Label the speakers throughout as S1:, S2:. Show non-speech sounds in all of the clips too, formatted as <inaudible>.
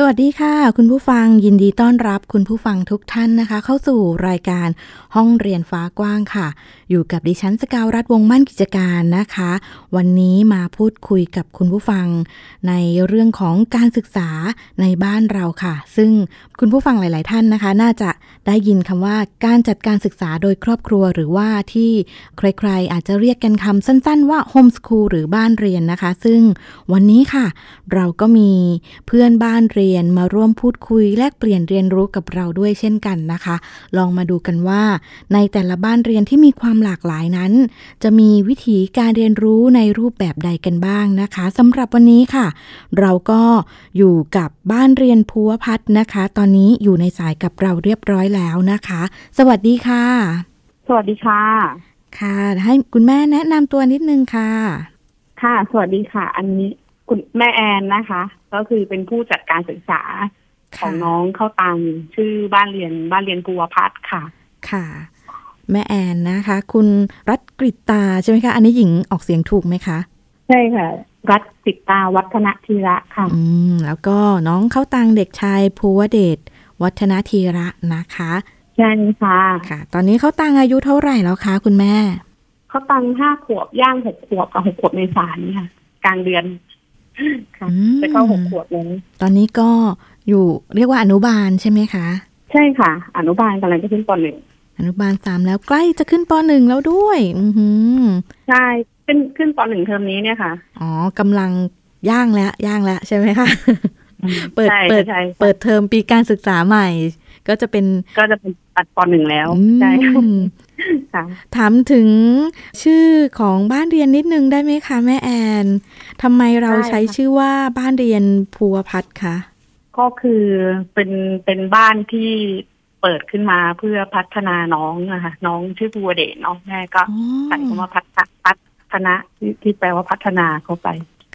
S1: สวัสดีค่ะ คุณผู้ฟังยินดีต้อนรับคุณผู้ฟังทุกท่านนะคะ เข้าสู่รายการห้องเรียนฟ้ากว้างค่ะ อยู่กับดิฉันสกาวรัฐวงศ์มั่นกิจการนะคะ วันนี้มาพูดคุยกับคุณผู้ฟัง ในเรื่องของการศึกษาในบ้านเราค่ะ ซึ่งคุณผู้ฟังหลาย ๆ ท่านนะคะ น่าจะได้ยินคำว่าการจัดการศึกษาโดยครอบครัวหรือว่าที่ใคร ๆ อาจจะเรียกกันคำสั้น ๆ ว่าโฮมสคูลหรือบ้านเรียนนะคะ ซึ่งวันนี้ค่ะ เราก็มีเพื่อนบ้านเรียนมาร่วมพูดคุย แลกเปลี่ยนเรียนรู้กับเราด้วยเช่นกันนะคะ ลองมาดูกันว่า ในแต่ละบ้านเรียนที่มีความหลากหลายนั้น จะมีวิธีการเรียนรู้ในรูปแบบใดกันบ้างนะคะสำหรับวันนี้ค่ะ เราก็อยู่กับบ้านเรียนภูวพัฒน์นะคะ ตอนนี้อยู่ในสายกับเราเรียบร้อยแล้วนะคะ สวัสดีค่ะ
S2: สวัสดีค่ะ
S1: ค่ะ ให้คุณแม่แนะนำตัวนิดนึงค่ะ
S2: ค่ะ สวัสดีค่ะ อันนี้คุณแม่แอนนะคะ ก็คือเป็นผู้จัดการศึกษาของน้องเข้าตังชื่อบ้านเรียนบ้านเรียนภูวพัฒน์ค่ะ
S1: ค่ะ แม่แอนนะคะ คุณรัตกริตตาใช่ไหมคะ อันนี้หญิงออกเสียงถูกไหมคะ
S2: ใช่ค่ะ รัฐติดตาวัฒนธีระค่ะ
S1: อืม แล้วก็น้องเข้าตังเด็กชายภูวเดชวัฒนธีระนะคะ
S2: ใช่ค่ะ
S1: ค่ะ ตอนนี้เข้าตังอายุเท่าไหร่แล้วคะคุณแม่
S2: เขาตังห้าขวบย่างหกขวบกับหกขวบในสารนี่ค่ะ กลางเดือนค่ะ
S1: อืม
S2: จะเข้าหกขวบแล้ว
S1: ตอนนี้ก็อยู่เรียกว่าอนุบาลใช่ไหมคะ
S2: ใช่ค่ะ อนุบาลกำลังจะขึ้นปหนึ่ง
S1: อนุบาลสามแล้วใกล้จะขึ้นปหนึ่งแล้วด้วย อือหือ
S2: ใช่ขึ้นขึ้นปหนึ่งเทอมนี้เนี่ยค่ะ
S1: อ๋อกำลังย่างแล้วย่างแล้วใช่ไหมคะ เปิด
S2: ใช่
S1: เปิด
S2: ใช่
S1: เปิดเทอมปีการศึกษาใหม่ ก็จะเป็น
S2: ก็จะเป็นตัดปหนึ่งแล้ว
S1: อืม
S2: ใช่ <laughs> ค่ะ
S1: ถามถึงชื่อของบ้านเรียนนิดนึงได้ไหมคะ แม่แอนทำไมเรา
S2: ได้
S1: ใช้
S2: ค่ะ
S1: ชื่อว่าบ้านเรียนภูวพัฒน์คะ
S2: ก็คือเป็นเป็นบ้านที่เปิดขึ้นมาเพื่อพัฒนาน้องนะคะน้องชื่อภูวเดชเน้องแม่ก็
S1: อ๋อ
S2: ใส่คำว่าพัฒนพัฒนะที่ที่แปลว่าพัฒนาเข้าไป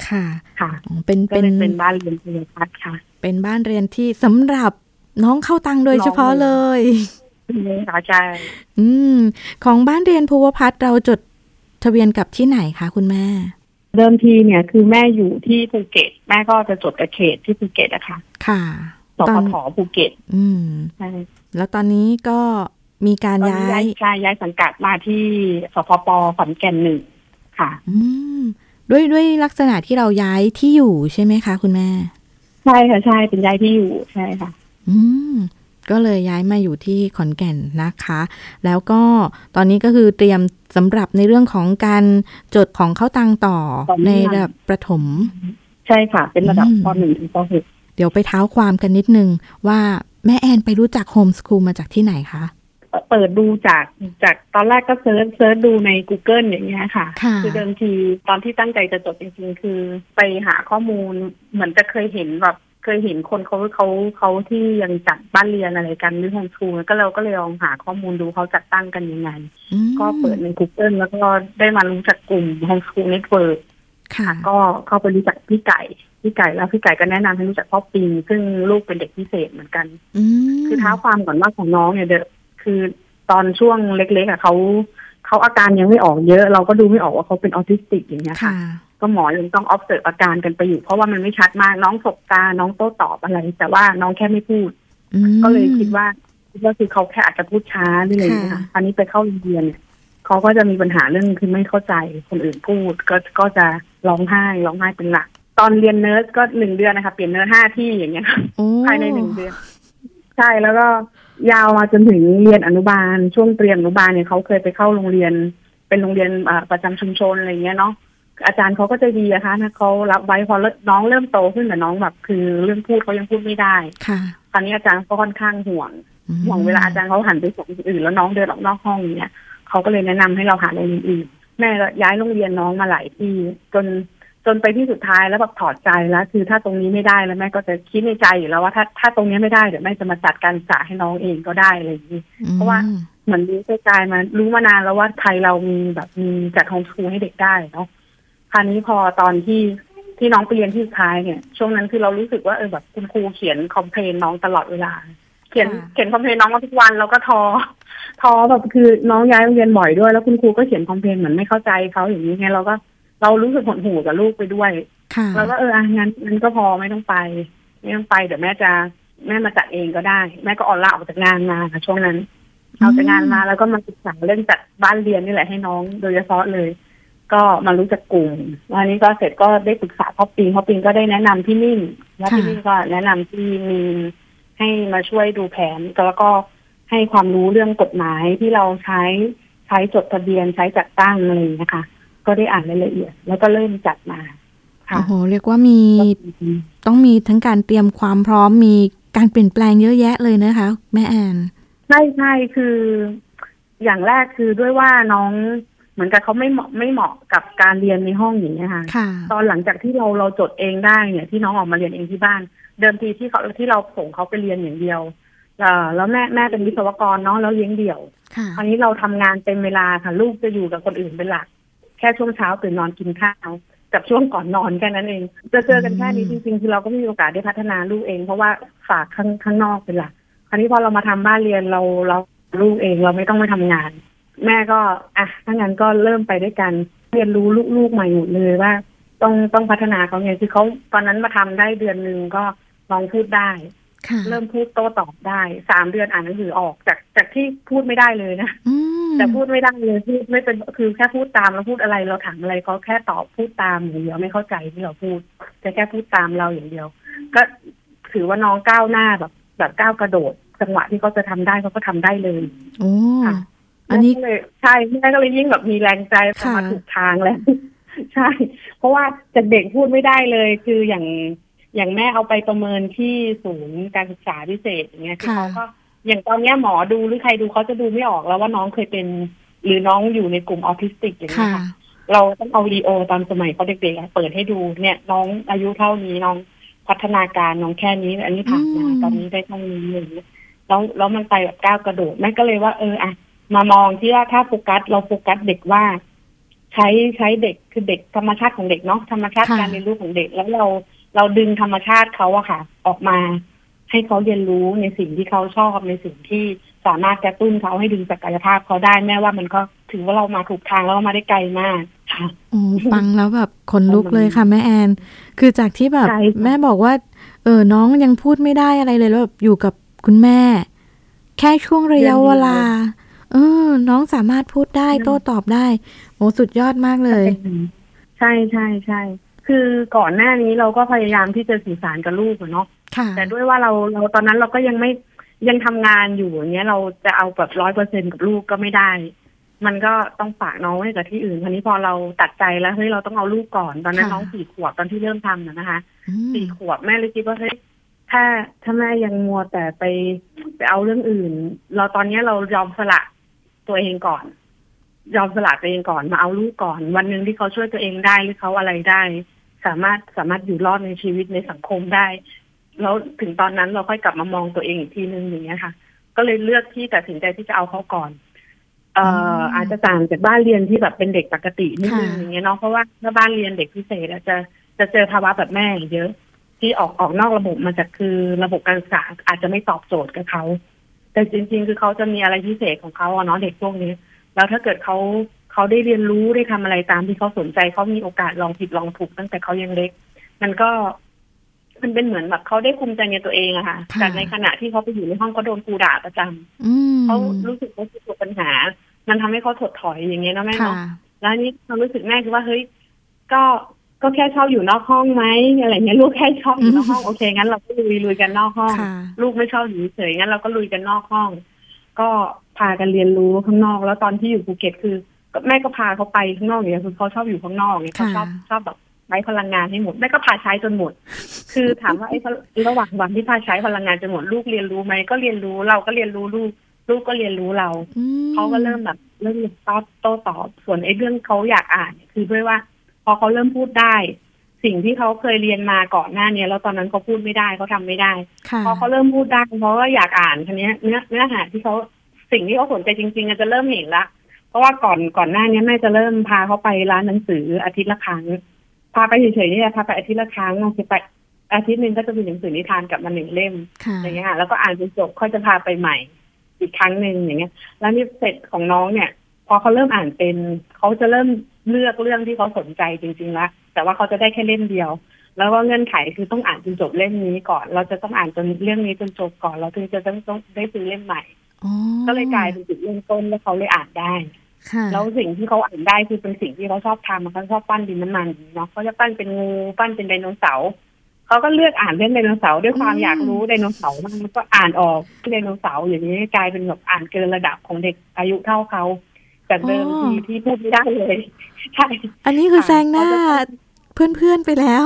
S1: ค่ะ
S2: ค่ะ
S1: อ๋อเป็น
S2: ก็
S1: เป็น
S2: เลยเป็นบ้านเรียนภูวพัฒน์ค่ะ
S1: เป็นบ้านเรียนที่สำหรับน้องเข้าตังโดยเฉพาะเลย
S2: เราจะ
S1: อืม ของบ้านเรียนภูวพัฒน์เราจดทะเบียนกับที่ไหนคะคุณแม่
S2: เดิมทีเนี่ยคือแม่อยู่ที่ภูเก็ต แม่ก็จะจดกับเขตที่ภูเก็ตนะคะ
S1: ค่ะ
S2: สพทภูเก็ต
S1: อืม
S2: ใช่
S1: แล้วตอนนี้ก็มีการ
S2: ตอนนี้
S1: ย้า
S2: ย้าย ยใช่ย้ายสังกัดมาที่สพปขอนแก่นหนึ่งค่ะ
S1: อืม ด้วยด้วยลักษณะที่เราย้ายที่อยู่ใช่ไหมคะ คุณแม่
S2: ใช่ค่ะใช่เป็นย้ายที่อยู่ใช่ค่ะ
S1: อืม ก็เลยย้ายมาอยู่ที่ขอนแก่นนะคะ แล้วก็ตอนนี้ก็คือเตรียมสำหรับในเรื่องของการจดของเข้าตังต่อ
S2: ต่อเนื่
S1: ใน
S2: อง
S1: ระดับประถม
S2: ใช่ค่ะ เป็นระดับ
S1: อืม
S2: ปหนึ่งถึงปหก
S1: เดี๋ยวไปเท้าความกันนิดนึง ว่าแม่แอนไปรู้จักโฮมสคูลมาจากที่ไหนคะ
S2: เปิดดูจากจากตอนแรกก็เซิร์ชเซิร์ชดูใน Google อย่างเงี้ยค่ะ
S1: ค่ะ
S2: อเดิมทีตอนที่ตั้งใจจะจดจริงๆ คือไปหาข้อมูลเหมือนจะเคยเห็นแบบเคยเห็นคนเขาเขาเขาที่ยังจัดบ้านเรียนอะไรกันหรือโฮมสคูลก็เราก็เลยลองหาข้อมูลดูเขาจัดตั้งกันยังไง
S1: อืม
S2: ก็เปิดใน Google แล้วก็ได้มารู้จักกลุ่มโฮมสคูลเน็ตเวิร์ก
S1: ค่ะ
S2: ก็เข้าไปรู้จักพี่ไก่พี่ไก่แล้วพี่ไก่ก็แนะนำให้รู้จักพ่อปิงซึ่งลูกเป็นเด็กพิเศษเหมือนกัน
S1: อืม
S2: คือเท้าความก่อนว่าของน้องเนี่ยเดอะคือตอนช่วงเล็กๆอ่ะเขาเขาอาการยังไม่ออกเยอะ เราก็ดูไม่ออกว่าเขาเป็นออทิสติกอย่างเงี้ยค่ะ
S1: ค่ะ
S2: ก็หมอยังต้อง observe อาการกันไปอยู่ เพราะว่ามันไม่ชัดมากน้องสบตา น้องโต้ตอบอะไร แต่ว่าน้องแค่ไม่พูด
S1: อืม
S2: ก็เลยคิดว่าคิดว่าคือเขาแค่อาจจะพูดช้าหรืออะไรอย่างเงี้ยค่ะ
S1: ค่ะ
S2: อันนี้ไปเข้าโรงเรียนเนี่ยเขาก็จะมีปัญหาเรื่องคือไม่เข้าใจคนอื่นพูด ก็ก็จะร้องไห้ร้องไห้เป็นหลัก ตอนเรียนเนิร์สก็หนึ่งเดือนนะคะเปลี่ยนเนิร์สห้าที่อย่างเงี้ยค่ะ
S1: โอ้
S2: ภายในหนึ่งเดือน ใช่แล้วก็ยาวมาจนถึงเรียนอนุบาล ช่วงเตรียมอนุบาลเนี่ยเขาเคยไปเข้าโรงเรียน เป็นโรงเรียนอ่าประจำชุมชนอะไรอย่างเงี้ยเนาะอาจารย์เขาก็ใจะดีนะคะนะเขารับไว้พอเริ่มน้องเริ่มโตขึ้นแต่น้องแบบคือเรื่องพูดเขายังพูดไม่ได้
S1: ค่ะ
S2: คราวนี้อาจารย์เขาค่อนข้างห่วง
S1: อืม
S2: ห่วงเวลาอาจารย์เขาหันไปสอนคนอื่น แล้วน้องเดินออกนอกห้องเนี่ยเขาก็เลยแนะนำให้เราหาโรงเรียนอื่นแม่ก็ย้ายโรงเรียนน้องมาหลายที่จน จนไปที่สุดท้ายแล้วแบบถอดใจแล้วคือถ้าตรงนี้ไม่ได้แล้วแม่ก็จะคิดในใจอยู่แล้วว่าถ้าถ้าตรงนี้ไม่ได้เดี๋ยวแม่จะมาจัดการศึกษาให้น้องเองก็ได้อะไรอย่างนี้ เพราะว่า
S1: อืม
S2: เหมือนรู้ใจายมารู้มานานแล้วว่าไทยเรามีแบบมีจัดโฮมสคูลให้เด็กได้เนาะคราวนี้พอตอนที่ที่น้องไปเรียนที่สุดท้ายเนี่ย ช่วงนั้นคือเรารู้สึกว่าเออแบบคุณครูเขียนคอมเพลนน้องตลอดเวลา เขียนเขียนคอมเพลนน้องมาทุกวันแล้วก็ทอทอแบบคือน้องย้ายโรงเรียนบ่อยด้วย แล้วคุณครูก็เขียนคอมเพลนเหมือนไม่เข้าใจเขาอย่างนี้ไงเราก็เรารู้สึกหดหู่กับลูกไปด้วย
S1: ค่ะ
S2: เราก็เอออ่ะงั้นงั้นก็พอไม่ต้องไป ไม่ต้องไปเดี๋ยวแม่จะแม่มาจัดเองก็ได้ แม่ก็ออนลาออกจากงานมาค่ะช่วงนั้นเอาจากงานมาแล้วก็มาศึกษาเรื่องจัดบ้านเรียนนี่แหละให้น้องโดยเฉพาะเลย ก็มารู้จักกลุ่มวันนี้ก็เสร็จก็ได้ปรึกษาพ่อปิงพ่อปิงก็ได้แนะนำพี่นิ่มแล้วพี่นิ่มก็แนะนำพี่มีนให้มาช่วยดูแผนแล้วก็ให้ความรู้เรื่องกฎหมายที่เราใช้ใช้จดทะเบียนใช้จัดตั้งอะไรอย่างเงี้ยค่ะ ก็ได้อ่านรายละเอียด แล้วก็เริ่มจัดมาค่ะ
S1: โอ้โหเรียกว่ามีต้องมีทั้งการเตรียมความพร้อมมีการเปลี่ยนแปลงเยอะแยะเลยนะคะ แม่แอน
S2: ใช่ใช่คือ อย่างแรกคือด้วยว่าน้องเหมือนกับเขาไม่เหมาะไม่เหมาะกับการเรียนในห้องอย่างนี้ยค่ะ
S1: ค่ะ
S2: ตอนหลังจากที่เราเราจดเองได้เนี่ยที่น้องออกมาเรียนเองที่บ้าน เดิมทีที่เขาที่เราส่งเขาไปเรียนอย่างเดียวเอ่อแล้วแม่แม่เป็นวิศวกรเนาะแล้วเลี้ยงเดี่ยว
S1: ค่ะ
S2: คราวนี้เราทำงานเต็มเวลาค่ะลูกจะอยู่กับคนอื่นเป็นหลัก แค่ช่วงเช้าตื่นนอนกินข้าวกับช่วงก่อนนอนแค่นั้นเอง จะเจอกันแค่นี้
S1: อืม
S2: จริงๆคือเราก็ไม่มีโอกาสได้พัฒนาลูกเอง เพราะว่าฝากข้างข้างนอกเป็นหลักคราวนี้พอเรามาทำบ้านเรียนเราเราลูกเองเราไม่ต้องไปทำงาน แม่ก็อ่ะถ้างั้นก็เริ่มไปด้วยกัน เรียนรู้ลูกๆใหม่หมดเลยว่า ต้องต้องพัฒนาเขาไงคือเขาตอนนั้นมาทำได้เดือนหนึ่งก็ลองพูดได้
S1: ค่ะ
S2: เริ่มพูดโต้ตอบได้สามเดือนอ่านหนังสือออกจากจากที่พูดไม่ได้เลยนะ
S1: อืม
S2: แต่พูดไม่ได้เลยพูดไม่เป็นคือแค่พูดตามเราพูดอะไรเราถามอะไรเขาแค่ตอบพูดตามอย่างเดียวไม่เข้าใจที่เราพูดจะแค่พูดตามเราอย่างเดียว ก็ถือว่าน้องก้าวหน้าแบบแบบก้าวกระโดด จังหวะที่เขาจะทำได้เขาก็ทำได้เลย
S1: โอ้
S2: ค่ะ
S1: อันนี้
S2: แม่ก็เลยใช่แม่ก็เลยยิ่งแบบมีแรงใจ
S1: ค่ะ
S2: มาถูกทางแล้ว <laughs> ใช่ เพราะว่าจากเด็กพูดไม่ได้เลย คืออย่างอย่างแม่เอาไปประเมินที่ศูนย์การศึกษาพิเศษอย่างเงี้ยคือเขาก็อย่างตอนเนี้ยหมอดูหรือใครดูเขาจะดูไม่ออกแล้วว่าน้องเคยเป็น หรือน้องอยู่ในกลุ่มออทิสติกอย่างเงี้
S1: ค่ะ
S2: ยค่ะ เราต้องเอาวิดีโอตอนสมัยเขาเด็กๆอะเปิดให้ดูเนี่ยน้องอายุเท่านี้น้องพัฒนาการน้องแค่นี้ อันนี้ผ่านมา
S1: อืม
S2: ตอนนี้ได้เท่านี้อะไรอย่างเงี้ยแล้วแล้วมันไปแบบก้าวกระโดดแม่ก็เลยว่าเอออะมามองที่ว่าถ้าโฟกัสเราโฟกัสเด็กว่า ใช้ใช้เด็กคือเด็กธรรมชาติของเด็กเนาะธรรมชาติ
S1: ค่ะ
S2: การเรียนรู้ของเด็ก แล้วเราเราดึงธรรมชาติเขาอะค่ะ ออกมา ให้เขาเรียนรู้ในสิ่งที่เขาชอบในสิ่งที่สามารถกระตุ้นเขาให้ดึงศักยภาพเขาได้แม่ว่ามันก็ถือว่าเรามาถูกทางแล้วเรามาได้ไกลมากค่ะ
S1: โอ้ฟังแล้วแบบขนลุกเลยค่ะแม่แอน คือจากที่แบบ
S2: ใช่ค่ะ
S1: แม่บอกว่า เออน้องยังพูดไม่ได้อะไรเลยแล้วแบบอยู่กับคุณแม่ แค่ช่วงระยะเวลา เออ น้องสามารถพูดได้โต้ตอบได้ โอ้สุดยอดมากเลย
S2: ใช่ใช่ใช่คือก่อนหน้านี้เราก็พยายามที่จะสื่อสารกับลูกอะเนาะ
S1: ค่ะ
S2: แต่ด้วยว่าเราเราตอนนั้นเราก็ยังไม่ยังทำงานอยู่อย่างเงี้ยเราจะเอาแบบร้อยเปอร์เซ็นกับลูกก็ไม่ได้ มันก็ต้องฝากน้องไว้กับที่อื่นคราวนี้พอเราตัดใจแล้วเฮ้ยเราต้องเอาลูกก่อนตอนนั้น
S1: ค่ะ
S2: น้องสี่ขวบตอนที่เริ่มทำนะนะคะ
S1: อืม
S2: สี่ขวบแม่เลยคิดว่าเฮ้ยถ้าถ้าแม่ยังมัวแต่ไปไปเอาเรื่องอื่น เราตอนเนี้ยเรายอมสละตัวเองก่อน ยอมสละตัวเองก่อนมาเอาลูกก่อน วันหนึ่งที่เขาช่วยตัวเองได้หรือเขาอะไรได้ สามารถสามารถอยู่รอดในชีวิตในสังคมได้ แล้วถึงตอนนั้นเราค่อยกลับมามองตัวเองอีกทีนึงอย่างเงี้ยค่ะ ก็เลยเลือกที่ตัดสินใจที่จะเอาเขาก่อน เอ่ออาจจะต่างจากบ้านเรียนที่แบบเป็นเด็กปกตินิดนึงอย่างเงี้ยเนาะเพราะว่าถ้าบ้านเรียนเด็กพิเศษอาจจะ จะเจอภาวะแบบแม่เยอะ ที่ออกออกนอกระบบมาจากคือระบบการศึกษาอาจจะไม่ตอบโจทย์กับเขา แต่จริง ๆ คือเขาจะมีอะไรพิเศษของเขาอะเนาะเด็กพวกนี้ แล้วถ้าเกิดเขาเขาได้เรียนรู้ได้ทำอะไรตามที่เขาสนใจเขามีโอกาสลองผิดลองถูกตั้งแต่เขายังเล็ก มันก็ มันเป็นเหมือนแบบเขาได้ภูมิใจในตัวเองอะค่ะจากในขณะที่เขาไปอยู่ในห้องก็โดนครูด่าประจำ
S1: อืม
S2: เขารู้สึกว่าคือตัวปัญหา มันทำให้เขาถดถอยอย่างเงี้ยเนาะแม่
S1: ค่ะ
S2: เนาะ แล้วอันนี้ความรู้สึกแม่คือว่าเฮ้ยก็ก็แค่ชอบอยู่นอกห้องไหมอะไรเงี้ยลูกแค่ชอบอยู่นอกห้องโอเคงั้นเราก็ลุยลุยกันนอกห้อง
S1: ค่ะ
S2: ลูกไม่ชอบอยู่เฉยงั้นเราก็ลุยกันนอกห้อง ก็พากันเรียนรู้ข้างนอก แล้วตอนที่อยู่ภูเก็ตคือก็แม่ก็พาเขาไปข้างนอกเนี่ยคือเขาชอบอยู่ข้างนอกเนี่ยเขาชอบ
S1: ค่ะ
S2: ชอบแบบใช้พลังงานให้หมดแม่ก็พาใช้จนหมด คือ
S1: <laughs>
S2: ถามว่าไอ้ระหว่างวันที่พาใช้พลังงานจนหมดลูกเรียนรู้ไหมก็เรียนรู้เราก็เรียนรู้ลูก ลูกก็เรียนรู้เรา
S1: อืม
S2: เขาก็เริ่มแบบเริ่มตอบโต้ตอบส่วนไอ้เรื่องเขาอยากอ่านเนี่ยคือด้วยว่า พอเขาเริ่มพูดได้ สิ่งที่เขาเคยเรียนมาก่อนหน้าเนี้ยแล้วตอนนั้นเขาพูดไม่ได้เขาทำไม่ได้
S1: ค่ะ
S2: พอเขาเริ่มพูดได้เขาก็อยากอ่านทีเนี้ยเนื้อเนื้อหาที่เขาสิ่งที่เขาสนใจจริงๆอาจจะเริ่มเห็นละเพราะว่าก่อนก่อนหน้านี้แม่จะเริ่มพาเขาไปร้านหนังสืออาทิตย์ละครั้งพาไปเฉยๆนี่แหละพาไปอาทิตย์ละครั้งบางทีไปอาทิตย์หนึ่งก็จะมีหนังสือนิทานกลับมาหนึ่งเล่ม
S1: ค่ะ
S2: อย่างเงี้ยค่ะแล้วก็อ่านจนจบเขาจะพาไปใหม่ อีกครั้งหนึ่งอย่างเงี้ย แล้วนี่เสร็จของน้องเนี่ย พอเขาเริ่มอ่านเป็นเขาจะเริ่มเลือกเรื่องที่เขาสนใจจริงๆละแต่ว่าเขาจะได้แค่เล่มเดียว แล้วก็เงื่อนไขคือต้องอ่านจนจบเล่มนี้ก่อน เราจะต้องอ่านจนเรื่องนี้จนจบก่อนเราถึงจะต้องต้องได้ซื้อเล่มใหม่
S1: อ๋อ
S2: ก็เลยกลายเป็นจุดเริ่มต้นแล้วเขาเลยอ่านได้
S1: ค่ะ
S2: แล้วสิ่งที่เขาอ่านได้คือเป็นสิ่งที่เขาชอบทำเขาชอบปั้นดินน้ำมันเนาะเขาจะปั้นเป็นงูปั้นเป็นไดโนเสาร์เขาก็เลือกอ่านเรื่องไดโนเสาร์ด้วยความอยากรู้ไดโนเสาร์มากมันก็อ่านออกไดโนเสาร์อย่างนี้กลายเป็นแบบอ่านเกินระดับของเด็กอายุเท่าเขาจากเดิมทีที่พูดไม่ได้เลย <laughs> ใช่
S1: อันนี้คือ
S2: ค่ะ
S1: แซงหน้า
S2: เขาจะ
S1: เพื่อนๆไปแล้ว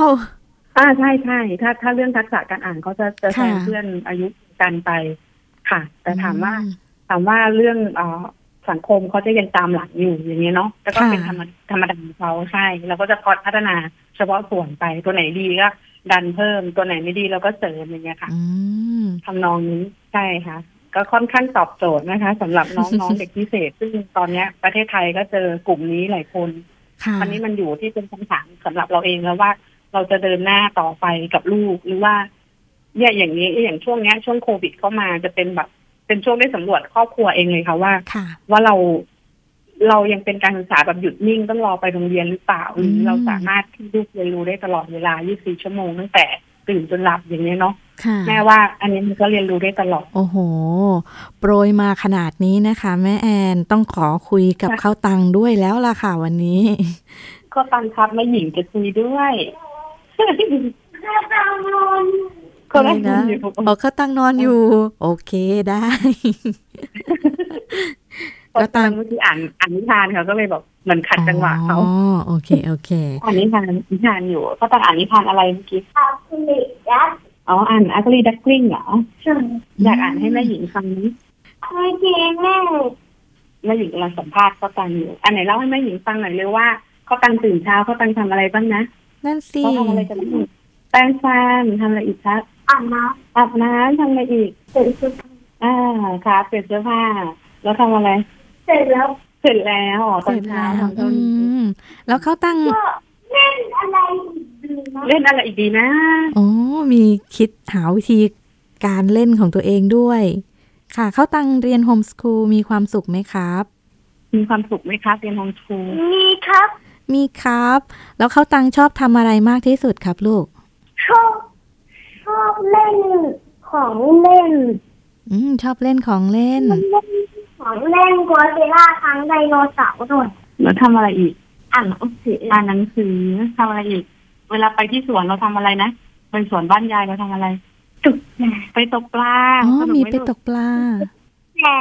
S2: อ่าใช่ใช่ถ้าถ้าเรื่องทักษะการอ่านเขาจะจะแซง
S1: ค่ะ
S2: เพื่อนอายุกันไปค่ะ แต่ถามว่า
S1: อื
S2: ถามว่าเรื่องเออสังคมเขาจะยังตามหลังอยู่อย่างนี้ยเนาะแล้วก็
S1: ค่ะ
S2: เป็นธรรมธรรมดาของเขาใช่เราก็จะพอพัฒนาเฉพาะส่วนไปตัวไหนดีก็ดันเพิ่มตัวไหนไม่ดีเราก็เสริมอย่างเงี้ยค่ะ
S1: อืม
S2: ทำนองนี้ใช่ค่ะ ก็ค่อนข้างตอบโจทย์นะคะสำหรับน้อง ๆ เด็กพิเศษ ซึ่งตอนเนี้ยประเทศไทยก็เจอกลุ่มนี้หลายคน
S1: ค่ะ
S2: อันนี้มันอยู่ที่เป็นคำถามสำหรับเราเองแล้วว่าเราจะเดินหน้าต่อไปกับลูกหรือว่าเนี่ยอย่างนี้อย่างช่วงเนี้ยช่วงโควิดเข้ามาจะเป็นแบบเป็นช่วงได้สำรวจครอบครัวเองเลยค่ะว่า
S1: ค่ะ
S2: ว่าเราเรายังเป็นการศึกษาแบบหยุดนิ่งต้องรอไปโรงเรียนหรือเปล่าหรือ
S1: ม
S2: เราสามารถที่ลูกเรียนรู้ได้ตลอดเวลา 24 ชั่วโมงตั้งแต่ตื่นจนหลับอย่างนี้ยเนาะ
S1: ค่ะ
S2: แม่ว่าอันนี้มันก็เรียนรู้ได้ตลอด
S1: โอ้โห โปรยมาขนาดนี้นะคะ แม่แอนต้องขอคุยกับ
S2: ค่ะ
S1: ข้าวตังด้วยแล้วล่ะค่ะวันนี้
S2: ก็ตังครับแม่หญิงจะคุยด้วยคนละคนอยู่
S1: ออเขาตั้งนอนอยู่ โอเคได้
S2: ก็
S1: ก็
S2: ตั
S1: ตั้
S2: ง
S1: ง
S2: เมื่อกี้อ่านอ่านนิทานเขาก็เลยแบบเหมือนขัดจังหวะเขา
S1: อ๋อโอเคโอเค
S2: อ่านนิทานนิทานอยู่เขาตังอ่านนิทานอะไรเมื่อกี้อ๋ออ่านอัคลีดักกลิ้งเหรออยากอ่านให้แม่หญิงฟังนิ แม่หญิงกำลังสัมภาษณ์ข้าวตังอยู่ อันไหนเล่าให้แม่หญิงฟังหน่อยเลยว่าข้าวตังตื่นเช้าข้าวตังทำอะไรบ้างนะ
S1: นั่นสิ
S2: เขาทำอะไรกันบ้างแปรงฟันทำอะไรอีกครับอาบน้ำทำอะไรอีก อ่าครับเปลี่ยนเสื้อผ้า แล้วทำอะไร เสร็จแล้วอ๋อต
S1: เส
S2: อน
S1: ร็จ
S2: เช้า
S1: แล้วอื
S2: ทำเท่านี้
S1: มแล้วเขาตั้ง
S2: เล่นอะไรอีกดีนะ
S1: อ๋อมีคิดหาวิธีการเล่นของตัวเองด้วย ค่ะเขาตั้งเรียนโฮมสคูลมีความสุขไหมครับ
S2: มีความสุขไหมครับเรียนโฮมสคูล
S1: มีครับ แล้วเขาตังชอบทำอะไรมากที่สุดครับลูก
S3: ของเล่น
S1: อืมชอบเล่นของเล่น
S3: ของเล่นกัวซิล่าทั้งไดโนเสาร์ด้วย
S2: แล้วทำอะไรอีก
S3: อ่านหนังสือ
S2: อ่านหนังสือทำอะไรอีก เวลาไปที่สวนเราทำอะไรนะไปสวนบ้านยายเราทำอะไร
S3: จุกนะ
S2: ไปตกปลา
S1: อ๋อ
S2: สนุกห
S1: มีไป
S2: ลูก
S1: ตกปลา
S3: แต่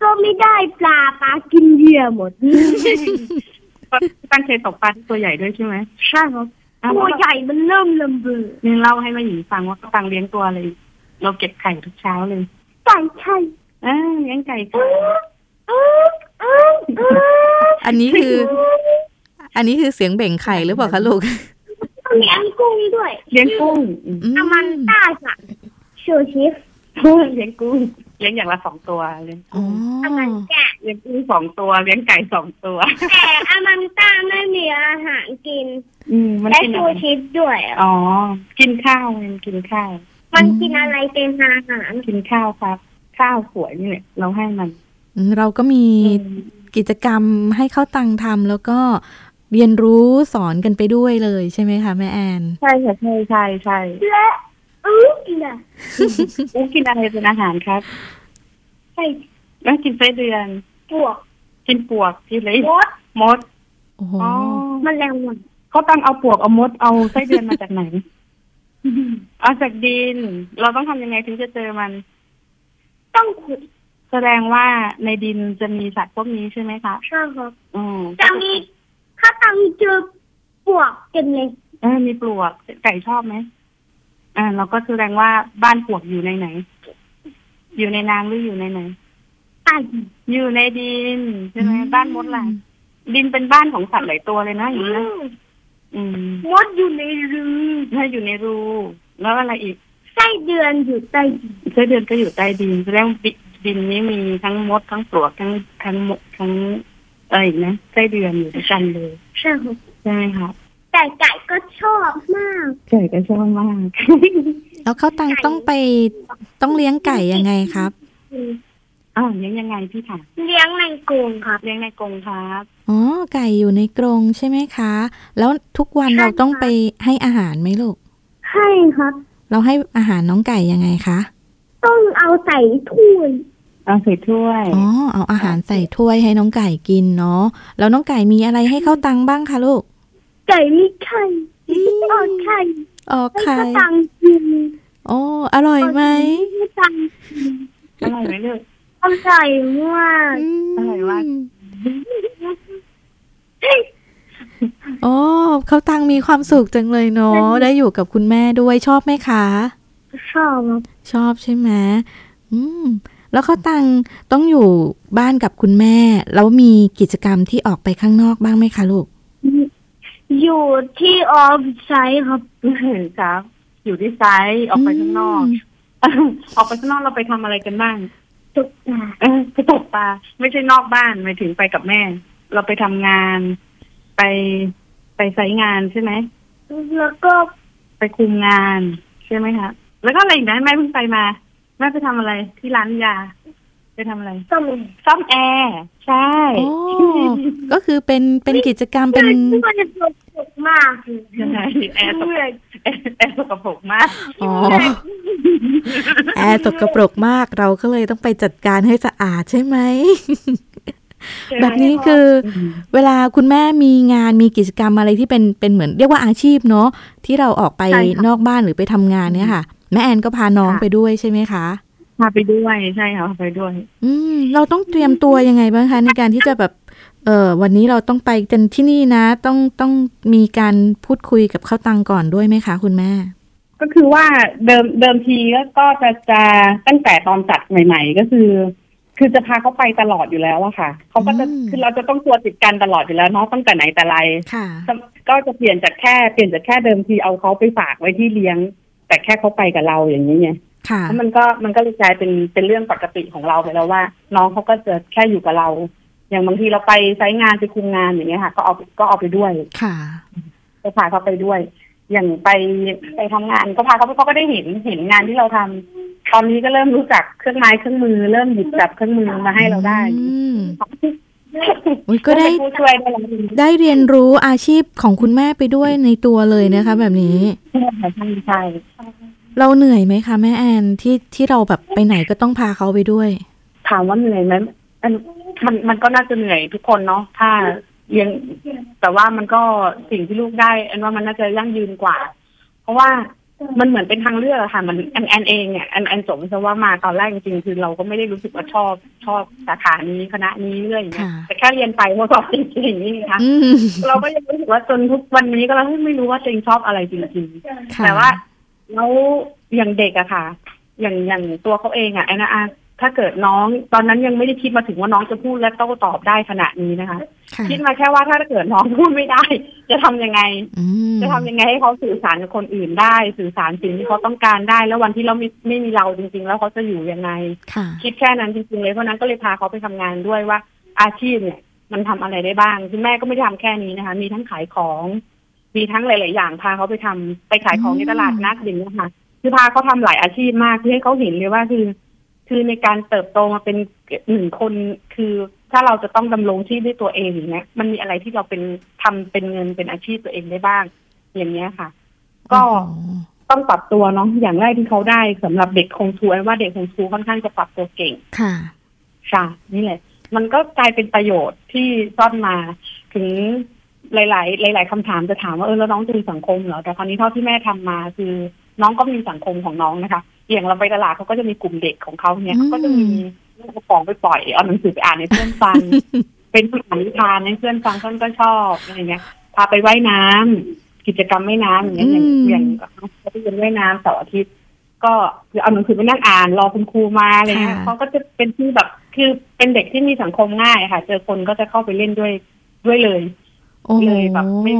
S3: ก็ไม่ได้ปลาปลากินเหยื่อหมด
S2: ตั้งใจตกปลาที่ตัวใหญ่ด้วยใช่ไหม
S3: ใช่ครับ
S2: อ้าว
S3: ตัวใหญ่มันเริ่มลำเบือ
S2: นี่เล่าให้แม่หญิงฟังว่าก็ตังเลี้ยงตัวเลย เราเก็บไข่ทุกเช้าเลย
S3: ไก่ไข่
S2: เอ้ยเลี้ยงไก่
S3: อื้
S2: ค่ะ
S3: ออื้ออื้ออื้อ
S1: อันนี้คือ อันนี้คือเสียงเบ่งไข่หรือเปล่าคะลูก
S3: เลี้ยงกุ้งด้วย
S2: เลี้ยงกุ้งอืม
S1: อื
S3: อามันต้าสักชูชิฟ
S2: เลี้ยงกุ้ง เลี้ยงอย่างละสองตัวเลี้ยง
S1: อ๋อ
S2: กุ้ง
S3: อามันต้า
S2: เลี้ยงกุ้งสองตัว เลี้ยงไก่สองตัว
S3: แต่อามันต้าไม่มีอาหารกิน
S2: อืมมัน
S3: และ
S2: กิน
S3: ชู
S2: อะไร
S3: ชิฟด้วยอ่ะ
S2: อ๋อ กินข้าวมันกินข้าว
S3: มันกินอะไรเป็นอาหาร
S2: กินข้าวครับ ข้าวสวยนี่แหละเราให้มัน
S1: เราก็มีกิจกรรมให้เข้าตังค์ทำแล้วก็เรียนรู้สอนกันไปด้วยเลยใช่ไหมคะแม่แอน
S2: ใช่ค่ะใช่ใช่ใช่
S3: และอื้อน่ะ
S2: กุ้งกินอะไรเป็นอาหารครับ
S3: ไก่
S2: แม่กินไส้เดือน
S3: ปวก
S2: กินปวกกินอะไรอีก
S3: มด
S2: มด
S1: โอ้โห
S2: อ๋อ
S3: แมลงวัน
S2: เขาตั้งเอาปวกเอามดเอาไส้เดือนมาจากไหน เอาจากดิน เราต้องทำยังไงถึงจะเจอมัน
S3: ต้องขุด
S2: แสดงว่าในดินจะมีสัตว์พวกนี้ใช่ไหมคะ
S3: ข้าวครับ
S2: อืม
S3: จะมีข้าวตังเจอปวกเต็มเลย
S2: เออมีปลวกไก่ชอบไหมอ่าเราก็แสดงว่าบ้านปลวกอยู่ในไหน อยู่ในน้ำหรืออยู่ในไหน
S3: ไก่
S2: อยู่ในดินใช่ไหม
S1: อืม
S2: บ้านมดล่ะดินเป็นบ้านของสัตว์หลายตัวเลยนะอย่างนี้นะ
S4: อืม
S3: มดอยู่ในรู
S4: ถ้าอยู่ในรู แล้วอะไรอีก
S3: ไส้เดือนอยู่ใต้ดิน
S4: ไส้เดือนก็อยู่ใต้ดินแสดงว่าดิดินนี้มีทั้งมดทั้งปลวกทั้งทั้งมดทั้งอะไรอีกนะไส้เดือนอยู่ด้วยกันเลย
S3: ใช่ค่ะ
S4: ใช่ครับ
S3: แต่ไก่ก็ชอบมาก
S4: ไก่ก็ชอบมาก
S1: แล้วเขาตังค์ต้องไปต้องเลี้ยงไก่ยังไงครับ
S4: อ้าวเลี้ยงยังไงพี่ค่ะ
S3: เลี้ยงในกรงครับ
S4: เลี้ยงในกรงครับ
S1: อ๋อไก่อยู่ในกรงใช่ไหมคะ แล้วทุกวัน
S3: ใช่ค่ะ
S1: เราต้องไปให้อาหารไหมลูก
S3: ให้ครับ
S1: เราให้อาหารน้องไก่ยังไงคะ
S3: ต้องเอาใส่ถ้วย
S4: เอาใส่ถ้วย
S1: อ๋อเอาอาหารใส่ถ้วยให้น้องไก่กินเนาะแล้วน้องไก่มีอะไรให้เข้าตังค์บ้างคะลูก
S3: ไก่ไม่ไข่ออดไข่
S1: ออก
S3: ให้
S1: ไข่
S3: ก็ตังกิน
S1: โอ้อร่อยไหม
S3: ให้ตัง
S4: อร่อยไหมลูก
S3: อร่อยมาก
S1: อื
S4: อร่อยมาก
S1: โอ้เข้าตังค์มีความสุขจังเลยเนาะได้อยู่กับคุณแม่ด้วยชอบไหมคะ
S3: ชอบครับ
S1: ชอบใช่ไหมอืม แล้วเขาวตังต้องอยู่บ้านกับคุณแม่ แล้วมีกิจกรรมที่ออกไปข้างนอกบ้างไหมคะลูก
S3: อยู่ที่ออฟไซด์ครับ
S4: ครับ อยู่ที่ไซส์ออกไปข้างนอก <laughs> ออกไปข้างนอกเราไปทำอะไรกันบ้าง
S3: ตกปลา
S4: เออไปตกปลาไม่ใช่นอกบ้านหมายถึงไปกับแม่ เราไปทำงาน ไปไปไซต์งานใช่ไหม
S3: แล้วก็
S4: ไปคุมงานใช่ไหมคะแล้วก็อะไรอีกนะแม่เพิ่งไปมาแม่ไปทำอะไรที่ร้านยา ไปทำอะไร
S3: ต้ม
S4: ซ่อมแอร์ใช่
S1: โอ้ก็คือเป็นเป็นกิจกรรม
S3: เป็
S1: เป็นน
S3: ที่มันจะตกมากเลย
S4: ใช่แอร์ตก
S3: เมื่อย
S4: แอร์แอร์สกปรกมาก
S1: อ๋อ แอร์สกปรกมากเราก็เลยต้องไปจัดการให้สะอาดใช่ไหม แบบนี้คือ เวลาคุณแม่มีงานมีกิจกรรมอะไรที่เป็นเป็นเหมือนเรียกว่าอาชีพเนาะที่เราออกไปนอกบ้านหรือไปทำงานเนี่ยค่ะ แม่แอนก็พาน้องไปด้วยใช่ไหมคะ
S4: พาไปด้วยใช่ค่ะพาไปด้วย
S1: อืมเราต้องเตรียมตัวยังไงบ้างคะ ในการที่จะแบบเออวันนี้เราต้องไปกันที่นี่นะ ต้องต้องมีการพูดคุยกับเข้าวตังก่อนด้วยไหมคะ คุณแม่
S2: ก็คือว่าเดิมเดิมทีก็ก็จะจะตั้งแต่ตอนจัดใหม่ ๆ ก็คือ คือจะพาเขาไปตลอดอยู่แล้วอะค่ะเขาก็จะ
S1: อืม
S2: คือเราจะต้องตัวติดกันตลอดอยู่แล้วเนาะตั้งแต่ไหนแต่ไร
S1: ค่ะ
S2: ก็จะเปลี่ยนจากแค่เปลี่ยนจากแค่เดิมทีเอาเขาไปฝากไว้ที่เลี้ยง แต่แค่เขาไปกับเราอย่างนี้ไง
S1: ค่ะ
S2: แล้วมันก็มันก็เลยกลายเป็นเป็นเรื่องปกติของเราไปแล้วว่า น้องเขาก็จะแค่อยู่กับเรา อย่างบางทีเราไปไซต์งานไปคุมงานอย่างเงี้ยค่ะ ก็เอาก็เอาไปด้วย
S1: ค่ะ
S2: ก็พาเขาไปด้วย อย่างไปไปทำงานก็พาเขาไปเขาก็ได้เห็นเห็นงานที่เราทำตอนนี้ก็เริ่มรู้จักเครื่องไม้เครื่องมือ เริ่มหยิบจับเครื่องมือมาให้เราได้
S1: อืมอุ๊ยก็ได้
S2: เป็นผู้ช่วยได้แล้ว
S1: ได้เรียนรู้อาชีพของคุณแม่ไปด้วยในตัวเลยนะคะ แบบนี้
S2: ใช่ค่ะใช่ใช่
S1: เราเหนื่อยไหมคะแม่แอนที่ที่เราแบบไปไหนก็ต้องพาเขาไปด้วย
S2: ถามว่าเหนื่อยไหมมันมันมันก็น่าจะเหนื่อยทุกคนเนาะถ้าเลี้ยงแต่ว่ามันก็สิ่งที่ลูกได้แอนว่ามันน่าจะยั่งยืนกว่า เพราะว่ามันเหมือนเป็นทางเลือกอะค่ะ มันแอนแอนเองเนี่ยแอนแอนสมซะว่ามาตอนแรกจริงๆคือเราก็ไม่ได้รู้สึกว่าชอบชอบสาขานี้คณะนี้เรื่อยอย่างเงี้ย
S1: ค่ะ
S2: แต่แค่เรียนไป <laughs> เมื่อก่อนจริงๆนี่นะคะ
S1: อืม
S2: <laughs> เราก็ยังรู้สึกว่าจนทุกวันนี้ก็เราไม่รู้ว่าตัวเองชอบอะไรจริงๆ
S1: ค่ะ
S2: แต่ว่าแล้วอย่างเด็กอะค่ะ อย่างอย่างตัวเขาเองอะไอ้นะอะถ้าเกิดน้องตอนนั้นยังไม่ได้คิดมาถึงว่าน้องจะพูดและโต้ตอบได้ขนาดนี้นะคะ
S1: ค่ะ
S2: คิดมาแค่ว่าถ้าเกิดน้องพูดไม่ได้ จะทำยังไง
S1: อืม
S2: จะทำยังไงให้เขาสื่อสารกับคนอื่นได้ สื่อสารสิ่งที่เขาต้องการได้ แล้ววันที่เราไม่ไม่มีเราจริง ๆ แล้วเขาจะอยู่ยังไง
S1: ค่ะ
S2: คิดแค่นั้นจริงๆเลยเพราะนั้นก็เลยพาเขาไปทำงานด้วยว่า อาชีพเนี่ย มันทำอะไรได้บ้างคุณแม่ก็ไม่ได้ทำแค่นี้นะคะ มีทั้งขายของ มีทั้งหลาย ๆ อย่างพาเขาไปทำไปขายของในตลาดนัดอย่างเงี้ยค่ะคือพาเขาทำหลายอาชีพมากเพื่อให้เขาเห็นเลยว่าคือ คือในการเติบโตมาเป็นหนึ่งคน คือถ้าเราจะต้องดำรงชีพด้วยตัวเองอย่างเงี้ย มันมีอะไรที่เราเป็นทำเป็นเงินเป็นอาชีพตัวเองได้บ้าง อย่างเงี้ยค่ะ ก็ ต้องปรับตัวเนาะอย่างแรกที่เขาได้สำหรับเด็กคงทูแอนว่าเด็กคงทูค่อนข้างจะปรับตัวเก่ง
S1: ค่ะ
S2: ค่ะนี่แหละ มันก็กลายเป็นประโยชน์ที่ซ่อนมาถึงหลาย ๆ หลาย ๆคำถามจะถามว่าเออแล้วน้องจะมีสังคมเหรอแต่คราวนี้เท่าที่แม่ทำมาคือ น้องก็มีสังคมของน้องนะคะอย่างเราไปตลาดเขาก็จะมีกลุ่มเด็กของเขาเนี่ย
S1: อืม
S2: เขาก็จะมีเอากระป๋องไปปล่อยเอาหนังสือไปอ่านให้เพื่อนฟัง เป็นผู้อ่านนิทานให้เพื่อนฟังเพื่อนก็ชอบอะไรเงี้ยพาไปว่ายน้ำกิจกรรมว่ายน้ำอย่างเงี้ยอย่างอย่างเขาไปเรียนว่ายน้ำเสาร์อาทิตย์ ก็คือเอาหนังสือไปนั่งอ่านรอคุณครูมาอะไรเงี้ย
S1: ค่ะ
S2: เขาก็จะเป็นที่แบบคือเป็นเด็กที่มีสังคมง่ายค่ะ เจอคนก็จะเข้าไปเล่นด้วยด้วยเลย
S1: โอ้โห
S2: เลยแบบไม่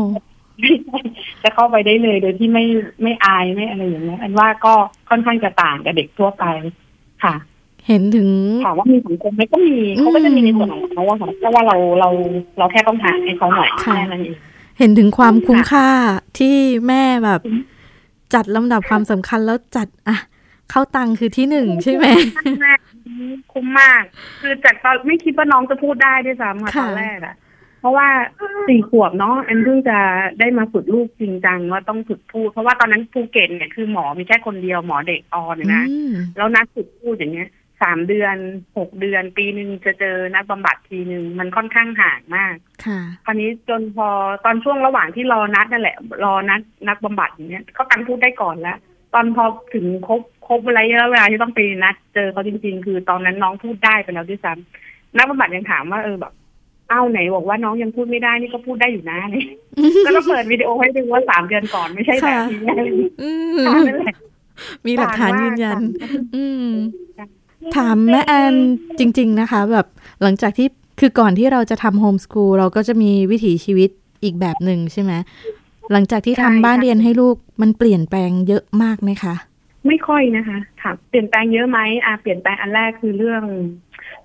S4: จะเข้าไปได้เลย โดยที่ไม่ไม่อายไม่อะไรอย่างเงี้ยอันว่าก็ค่อนข้างจะต่างกับเด็กทั่วไปค่ะ
S1: เห็นถึง
S4: ถามว่ามีสังคมไหมก็มี
S1: อืม
S4: เขาก็จะมีในส่วนของเขาอะค่ะแต่ว่าเราเราเราแค่ต้องหาให้เขาหน่อย
S1: ค่ะ
S4: แค่นั้นเอง
S1: เห็นถึงความคุ้มค่าที่แม่แบบ จัดลำดับความสำคัญแล้วจัดอ่ะเข้าตังค์คือที่หนึ่งใช่ไหม
S2: คุ้มมากคุ้มมาก คือจากตอนไม่คิดว่าน้องจะพูดได้ด้วยซ้ำค่ะต
S1: ค่ะ
S2: อนแรกอะเพราะว่าสี่ขวบเนาะอันเพิ่งจะได้มาฝึกลูกจริงจังว่าต้องฝึกพูด เพราะว่าตอนนั้นภูเก็ตเนี่ยคือหมอมีแค่คนเดียวหมอเด็กออนเนี่ยนะ
S1: อืม
S2: แล้วนัดฝึกพูดอย่างเงี้ยสามเดือนหกเดือน ปีหนึ่งจะเจอนักบำบัดทีหนึ่งมันค่อนข้างห่างมาก
S1: ค่ะ
S2: คราวนี้จนพอตอนช่วงระหว่างที่รอนัดนั่นแหละ รอนัดนักบำบัดอย่างเงี้ยก็กันพูดได้ก่อนแล้วตอนพอถึงครบครบระยะเวลาที่ต้องไปนัดเจอเขาจริง ๆ คือตอนนั้นน้องพูดได้ไปแล้วด้วยซ้ำนักบำบัดยังถามว่าเออแบบเอ้าไหนบอกว่าน้องยังพูดไม่ได้นี่ก็พูดได้อยู่นะ <laughs> เนี่ยแล้วก็เปิดวิดีโอให้ดูว่าสามเดือนก่อนไม่ใช่แบบนี้ <laughs> อะไรอย่างเงี้ย
S1: อื
S2: ตอน
S1: ม
S2: นั่นแหละ
S1: มีหลักฐานยืนยัน อืม
S2: ค่ะ
S1: ถามแม่แอนจริง ๆนะคะ แบบหลังจากที่คือก่อนที่เราจะทำโฮมสกูลเราก็จะมีวิถีชีวิตอีกแบบหนึ่งใช่ไหมหลังจากที่ทำบ้านเรียนให้ลูกมันเปลี่ยนแปลงเยอะมากไหมคะ
S2: ไม่ค่อยนะคะถามเปลี่ยนแปลงเยอะไหมอ่าเปลี่ยนแปลงอันแรกคือเรื่อง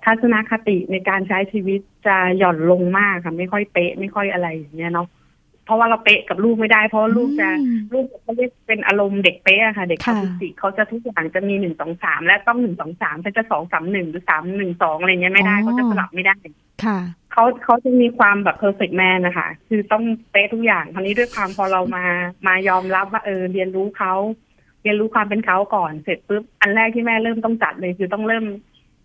S2: ทัศนคติในการใช้ชีวิตจะหย่อนลงมากค่ะไม่ค่อยเป๊ะไม่ค่อยอะไรอย่างเงี้ยเนาะเพราะว่าเราเป๊ะกับลูกไม่ได้ เพราะว่าลูกจะ
S1: อืม
S2: ลูกเขาเรียกเป็นอารมณ์เด็กเป๊ะอะค่ะ เด็กอ
S1: ค่ะ
S2: อทิสติกเขาจะทุกอย่างจะมีหนึ่งสองสามและต้องหนึ่งสองสามเขาจะสองสามหนึ่งหรือสามหนึ่งสองอะไรเงี้ยไม่ได้เขาจะสลับไม่ได้
S1: ค่ะ
S2: เขาเขาจะมีความแบบ perfect man นะคะ คือต้องเป๊ะทุกอย่างคราวนี้ด้วยความพอเรามามายอมรับว่าเออเรียนรู้เขาเรียนรู้ความเป็นเขาก่อนเสร็จปุ๊บอันแรกที่แม่เริ่มต้องจัดเลยคือต้องเริ่ม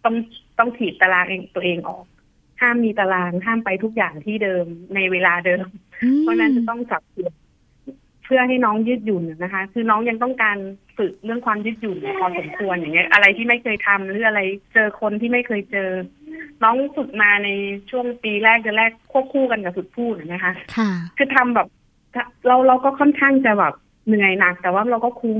S2: ต้องต้องถีบตารางเองตัวเองออก ห้ามมีตารางห้ามไปทุกอย่างที่เดิมในเวลาเดิม
S1: อืม
S2: เพราะฉะนั้นจะต้องจับเปลี่ยนเพื่อให้น้องยืดหยุ่นนะคะ คือน้องยังต้องการฝึกเรื่องความยืดหยุ่นพอสมควรอย่างเงี้ย อะไรที่ไม่เคยทำหรืออะไรเจอคนที่ไม่เคยเจอ น้องฝึกมาในช่วงปีแรกจะแรกควบคู่กันกับฝึกพูดนะคะ
S1: ค่ะ
S2: คือทำแบบเราเราก็ค่อนข้างจะแบบเหนื่อยหนัก แต่ว่าเราก็คุ้ม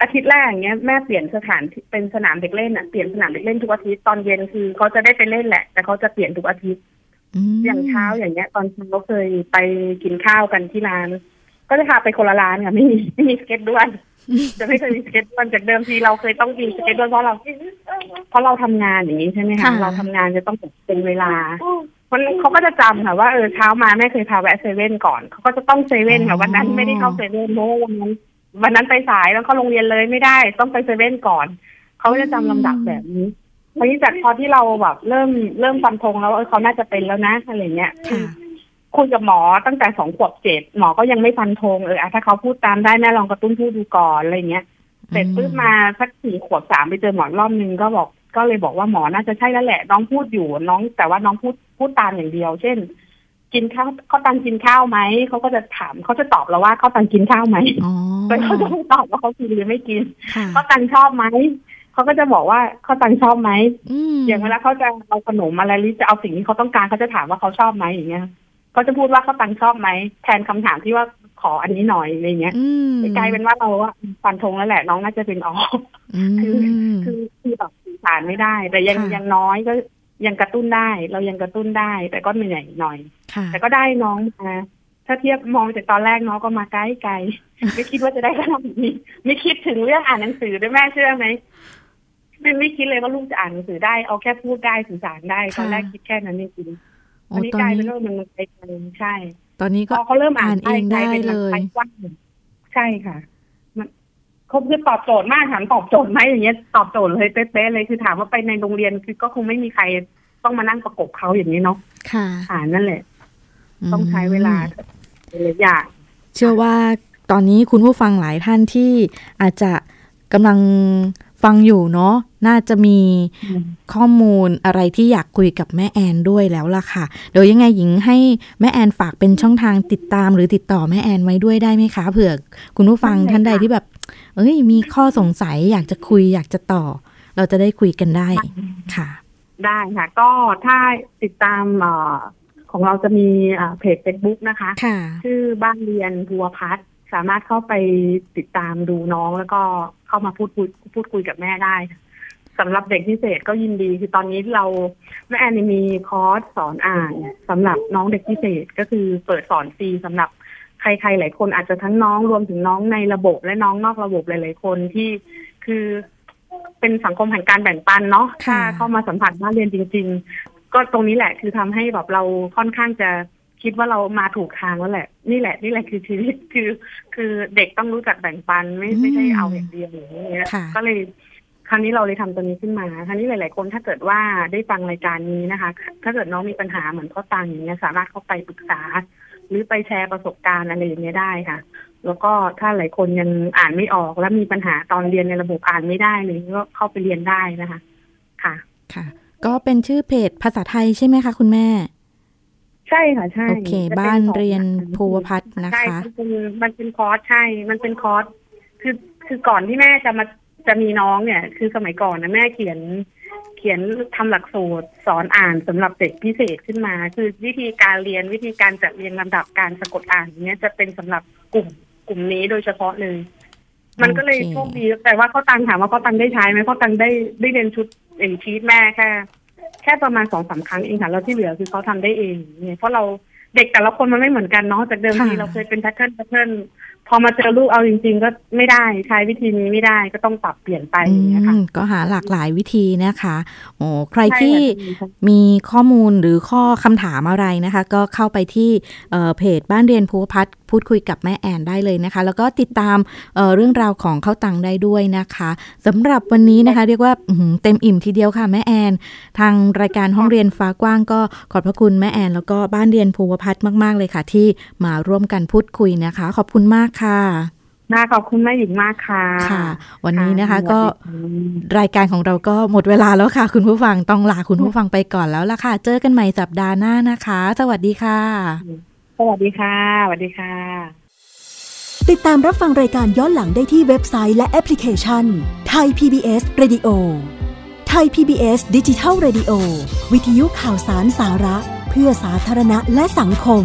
S2: อาทิตย์แรกอย่างเงี้ยแม่เปลี่ยนสถานที่เป็นสนามเด็กเล่นอ่ะเปลี่ยนสนามเด็กเล่นทุกอาทิตย์ตอนเย็นคือเขาจะได้ไปเล่นแหละ แต่เขาจะเปลี่ยนทุกอาทิตย์
S1: ม
S2: อย่างเช้าอย่างเงี้ย ตอนเช้าเคยไปกินข้าวกันที่ร้าน ก็จะพาไปคนละร้านค่ะไม่มีไม่มีสเก็ตด้วยจะไม่เคยมีสเก็ตด้วยจากเดิมทีเราเคยต้องมีสเก็ตด้วยเพราะเราเพราะเราทำงานอย่างนี้ใช่ไหมคะเราทำงานจะต้องเป็นเวลาเพราะเขาก็จะจำค่ะว่าเออเช้ามาแม่เคยพาแวะเซเว่นก่อนเขาก็จะต้องเซเว่นค่ะวันนั้นไม่ได้เข้าเซเว่นเพราะว่าวันนั้นวันนั้นไปสายแล้วเข้าโรงเรียนเลยไม่ได้ ต้องไปเซเว่นก่อนเขาก็จะจำลำดับแบบนี้ พอที่จากพอที่เราแบบเริ่มเริ่มฟันธงแล้วว่าเออเขาน่าจะเป็นแล้วนะอะไรเงี้ย
S1: ค่ะ
S2: คุยกับหมอตั้งแต่สองขวบเจ็ดหมอก็ยังไม่ฟันธงเอออะถ้าเขาพูดตามได้แม่ลองกระตุ้นพูดดูก่อนอะไรเงี้ยเสร็จปุ๊บมาสักสี่ขวบสามไปเจอหมอรอบนึงก็บอกก็เลยบอกว่าหมอน่าจะใช่แล้วแหละ น้องพูดอยู่น้อง แต่ว่าน้องพูดพูดตามอย่างเดียว เช่น กินข้าวเขาวตังกินข้าวไหมเขาก็จะถามเขาจะตอบเราว่าเขาวตังกินข้าวไหม
S1: อ๋อ
S2: แต่เขาจะไม่ตอบว่าเขากินหรือไม่กิน
S1: ค่ะ
S2: เขาวตังชอบไหมเขาก็จะบอกว่าเขาวตังชอบไหม
S1: ม
S2: อย่างเวลาเขาจะเอาขนมอะไรหรือจะเอาสิ่งที่เขาต้องการเขาจะถามว่าเขาชอบไหมอย่างเงี้ยเขาจะพูดว่าเขาตังชอบไหมแทนคำถามที่ว่าขออันนี้หน่อยอะไรเงี้ย
S1: อืม
S2: กลายเป็นว่าเราอะฟันธงแล้วแหละน้องน่าจะเป็นออ คือ
S1: ม
S2: คือคือแบบสื่อสารไม่ได้ แต่ยัง
S1: ค่ะ
S2: ยังน้อยก็ยังกระตุ้นได้ เรายังกระตุ้นได้ แต่ก็เหนื่อยหน่อย
S1: ค่ะ
S2: แต่ก็ได้น้องมาถ้าเทียบมองจากตอนแรกน้องก็มาใกล้ไกล
S1: <laughs>
S2: ๆ ไม่คิดว่าจะได้ขนาดนี้ไม่คิดถึงเรื่องอ่านหนังสือด้วยแม่เชื่อไหมไม่ไม่คิดเลยว่าลูกจะอ่านหนังสือได้เอาแค่พูดได้สื่อสารได้ตอนแรกคิดแค่นั้นจริงๆ
S1: โอ้
S2: วันนี้
S1: ตอก น
S2: ลายเป็น
S1: นี้
S2: เรื่องมันไกลไกลใช่
S1: ตอนนี้
S2: พ
S1: ก็
S2: อเขาเริ่มอ่าน
S1: อ่านเอง
S2: กลป็น
S1: ได้เลย
S2: กกว้างใช่ค่ะ มันเขาคือตอบโจทย์มากถามตอบโจทย์ไหมอย่างเงี้ยตอบโจทย์เลยเป๊ะๆเลยคือถามว่าไปในโรงเรียนคือก็คงไม่มีใครต้องมานั่งประกบเขาอย่างนี้เนาะ
S1: ค่ะ
S2: อ่านนั่นแหละ
S1: ม
S2: ต้องใช้เวลาหลายๆอย่าง
S1: เชื่อว่าตอนนี้คุณผู้ฟังหลายท่านที่อาจจะกำลังฟังอยู่เนาะน่าจะมี
S2: อืม
S1: ข้อมูลอะไรที่อยากคุยกับแม่แอนด้วยแล้วล่ะค่ะเดี๋ยวยังไงหญิงให้แม่แอนฝากเป็นช่องทางติดตามหรือติดต่อแม่แอนไว้ด้วยได้ไหมคะเผื่อคุณผู้ฟังท่านใดที่แบบ เอ้ยมีข้อสงสัยอยากจะคุยอยากจะต่อ เราจะได้คุยกันได้ค่ะ
S2: ได้ค่ะ ก็ถ้าติดตามเออของเราจะมีเอ่อเพจ Facebook นะคะ
S1: ค่ะ
S2: ชื่อบ้านเรียนบัวพัฒน์สามารถเข้าไปติดตามดูน้องแล้วก็เข้ามาพูดคุยพูดคุยกับแม่ได้ค่ะสำหรับเด็กพิเศษก็ยินดีคือตอนนี้เราแม่แอนนี่มีคอร์สสอนอ่านสำหรับน้องเด็กพิเศษก็คือเปิดสอนฟรีสำหรับ ใครๆหลายคนอาจจะทั้งน้องรวมถึงน้องในระบบและน้องนอกระบบหลาย ๆ คนที่คือเป็นสังคมแห่งการแบ่งปันเนาะ
S1: ค่ะ
S2: ถ้าเข้ามาสัมผัสบ้านเรียนจริง ๆ ก็ตรงนี้แหละคือทำให้แบบเราค่อนข้างจะคิดว่าเรามาถูกทางแล้วแหละ นี่แหละ นี่แหละคือชีวิต <laughs> คือ คือเด็กต้องรู้จักแบ่งปันไม่ไม่ใช่เอาอย่างเดียวอย่างเงี้ย
S1: ค่ะ
S2: ก็เลยคราวนี้เราเลยทำตัวนี้ขึ้นมาคราวนี้หลาย ๆ คนถ้าเกิดว่าได้ฟังรายการนี้นะคะ ถ้าเกิดน้องมีปัญหาเหมือนข้อตังอย่างเงี้ยสามารถเข้าไปปรึกษา หรือไปแชร์ประสบการณ์อะไรอย่างเงี้ยได้ค่ะ แล้วก็ถ้าหลายคนยังอ่านไม่ออกและมีปัญหาตอนเรียนในระบบอ่านไม่ได้เลยก็เข้าไปเรียนได้นะคะ ค่ะ
S1: ค่ะ ก็เป็นชื่อเพจภาษาไทยใช่ไหมคะคุณแม่
S2: ใช่ค่ะใช่
S1: โอเค
S2: จะป็
S1: บ้าน
S2: ของ
S1: เรียนภูวพัฒน์นะ
S2: ใช่
S1: คะ
S2: มันเป็นมันเป็นคอร์สใช่ มันเป็นคอร์สคือคือก่อนที่แม่จะมาจะมีน้องเนี่ย คือสมัยก่อนนะแม่เขียน เขียนทำหลักสูตรสอนอ่านสำหรับเด็กพิเศษขึ้นมา คือวิธีการเรียนวิธีการจัดเรียงลำดับการสะกดอ่านเนี่ยจะเป็นสำหรับกลุ่มกลุ่มนี้โดยเฉพาะเลย มันก็เลย
S1: โอเค
S2: โชคดีแต่ว่าเขาตังถามว่าเขาตังได้ใช้ไหมเขาตังได้ได้เรียนชุดเอ็นชีตแม่แค่แค่ประมาณสองสามครั้งเองค่ะแล้วที่เหลือคือเขาทำได้เองเนี่ยเพราะเราเด็กแต่ละคนมันไม่เหมือนกันเนาะจากเดิม
S1: ค่ะ
S2: ทีเราเคยเป็นแพทเทิร์นแพทเทิร์นพอมาเจอลูกเอาจริง ๆ ก็ไม่ได้ใช้วิธีนี้ไม่ได้ก็ต้องปรับเปลี่ยนไปอย่างเงี้ยค่ะ
S1: อืมก็หาหลากหลายวิธีนะคะโอ้ใคร
S2: ใช่
S1: ที่
S2: ค่ะ
S1: มีข้อมูลหรือข้อคำถามอะไรนะคะ ก็เข้าไปที่เอ่อเพจบ้านเรียนภูวพัฒน์พูดคุยกับแม่แอนได้เลยนะคะ แล้วก็ติดตามเอ่อเรื่องราวของเข้าตังได้ด้วยนะคะสำหรับวันนี้นะคะ เรียกว่าอื้อหือเต็มอิ่มทีเดียวค่ะแม่แอน ทางรายการห้องเรียนฟ้ากว้างก็ขอบพระคุณแม่แอน แล้วก็บ้านเรียนภูวพัฒน์มาก ๆ เลยค่ะ ที่มาร่วมกันพูดคุยนะคะ ขอบคุณมากค่ะ
S2: น่าขอบคุณแม่หญิงมากค่ะ
S1: ค่ะ วันนี้นะคะ
S2: ค่ะ
S1: ก็
S2: สวัสดีค่ะ
S1: รายการของเราก็หมดเวลาแล้วค่ะ คุณผู้ฟังต้องลาคุณผู้ฟังไปก่อนแล้วล่ะค่ะ เจอกันใหม่สัปดาห์หน้านะคะ สวัสดีค่ะ
S2: สวัสดีค่ะสวัสดีค่ะ
S5: ติดตามรับฟังรายการย้อนหลังได้ที่เว็บไซต์และแอปพลิเคชันไทย PBS Radio ไทย PBS ดิจิทัล Radio วิทยุข่าวสารสาระ เพื่อสาธารณะและสังคม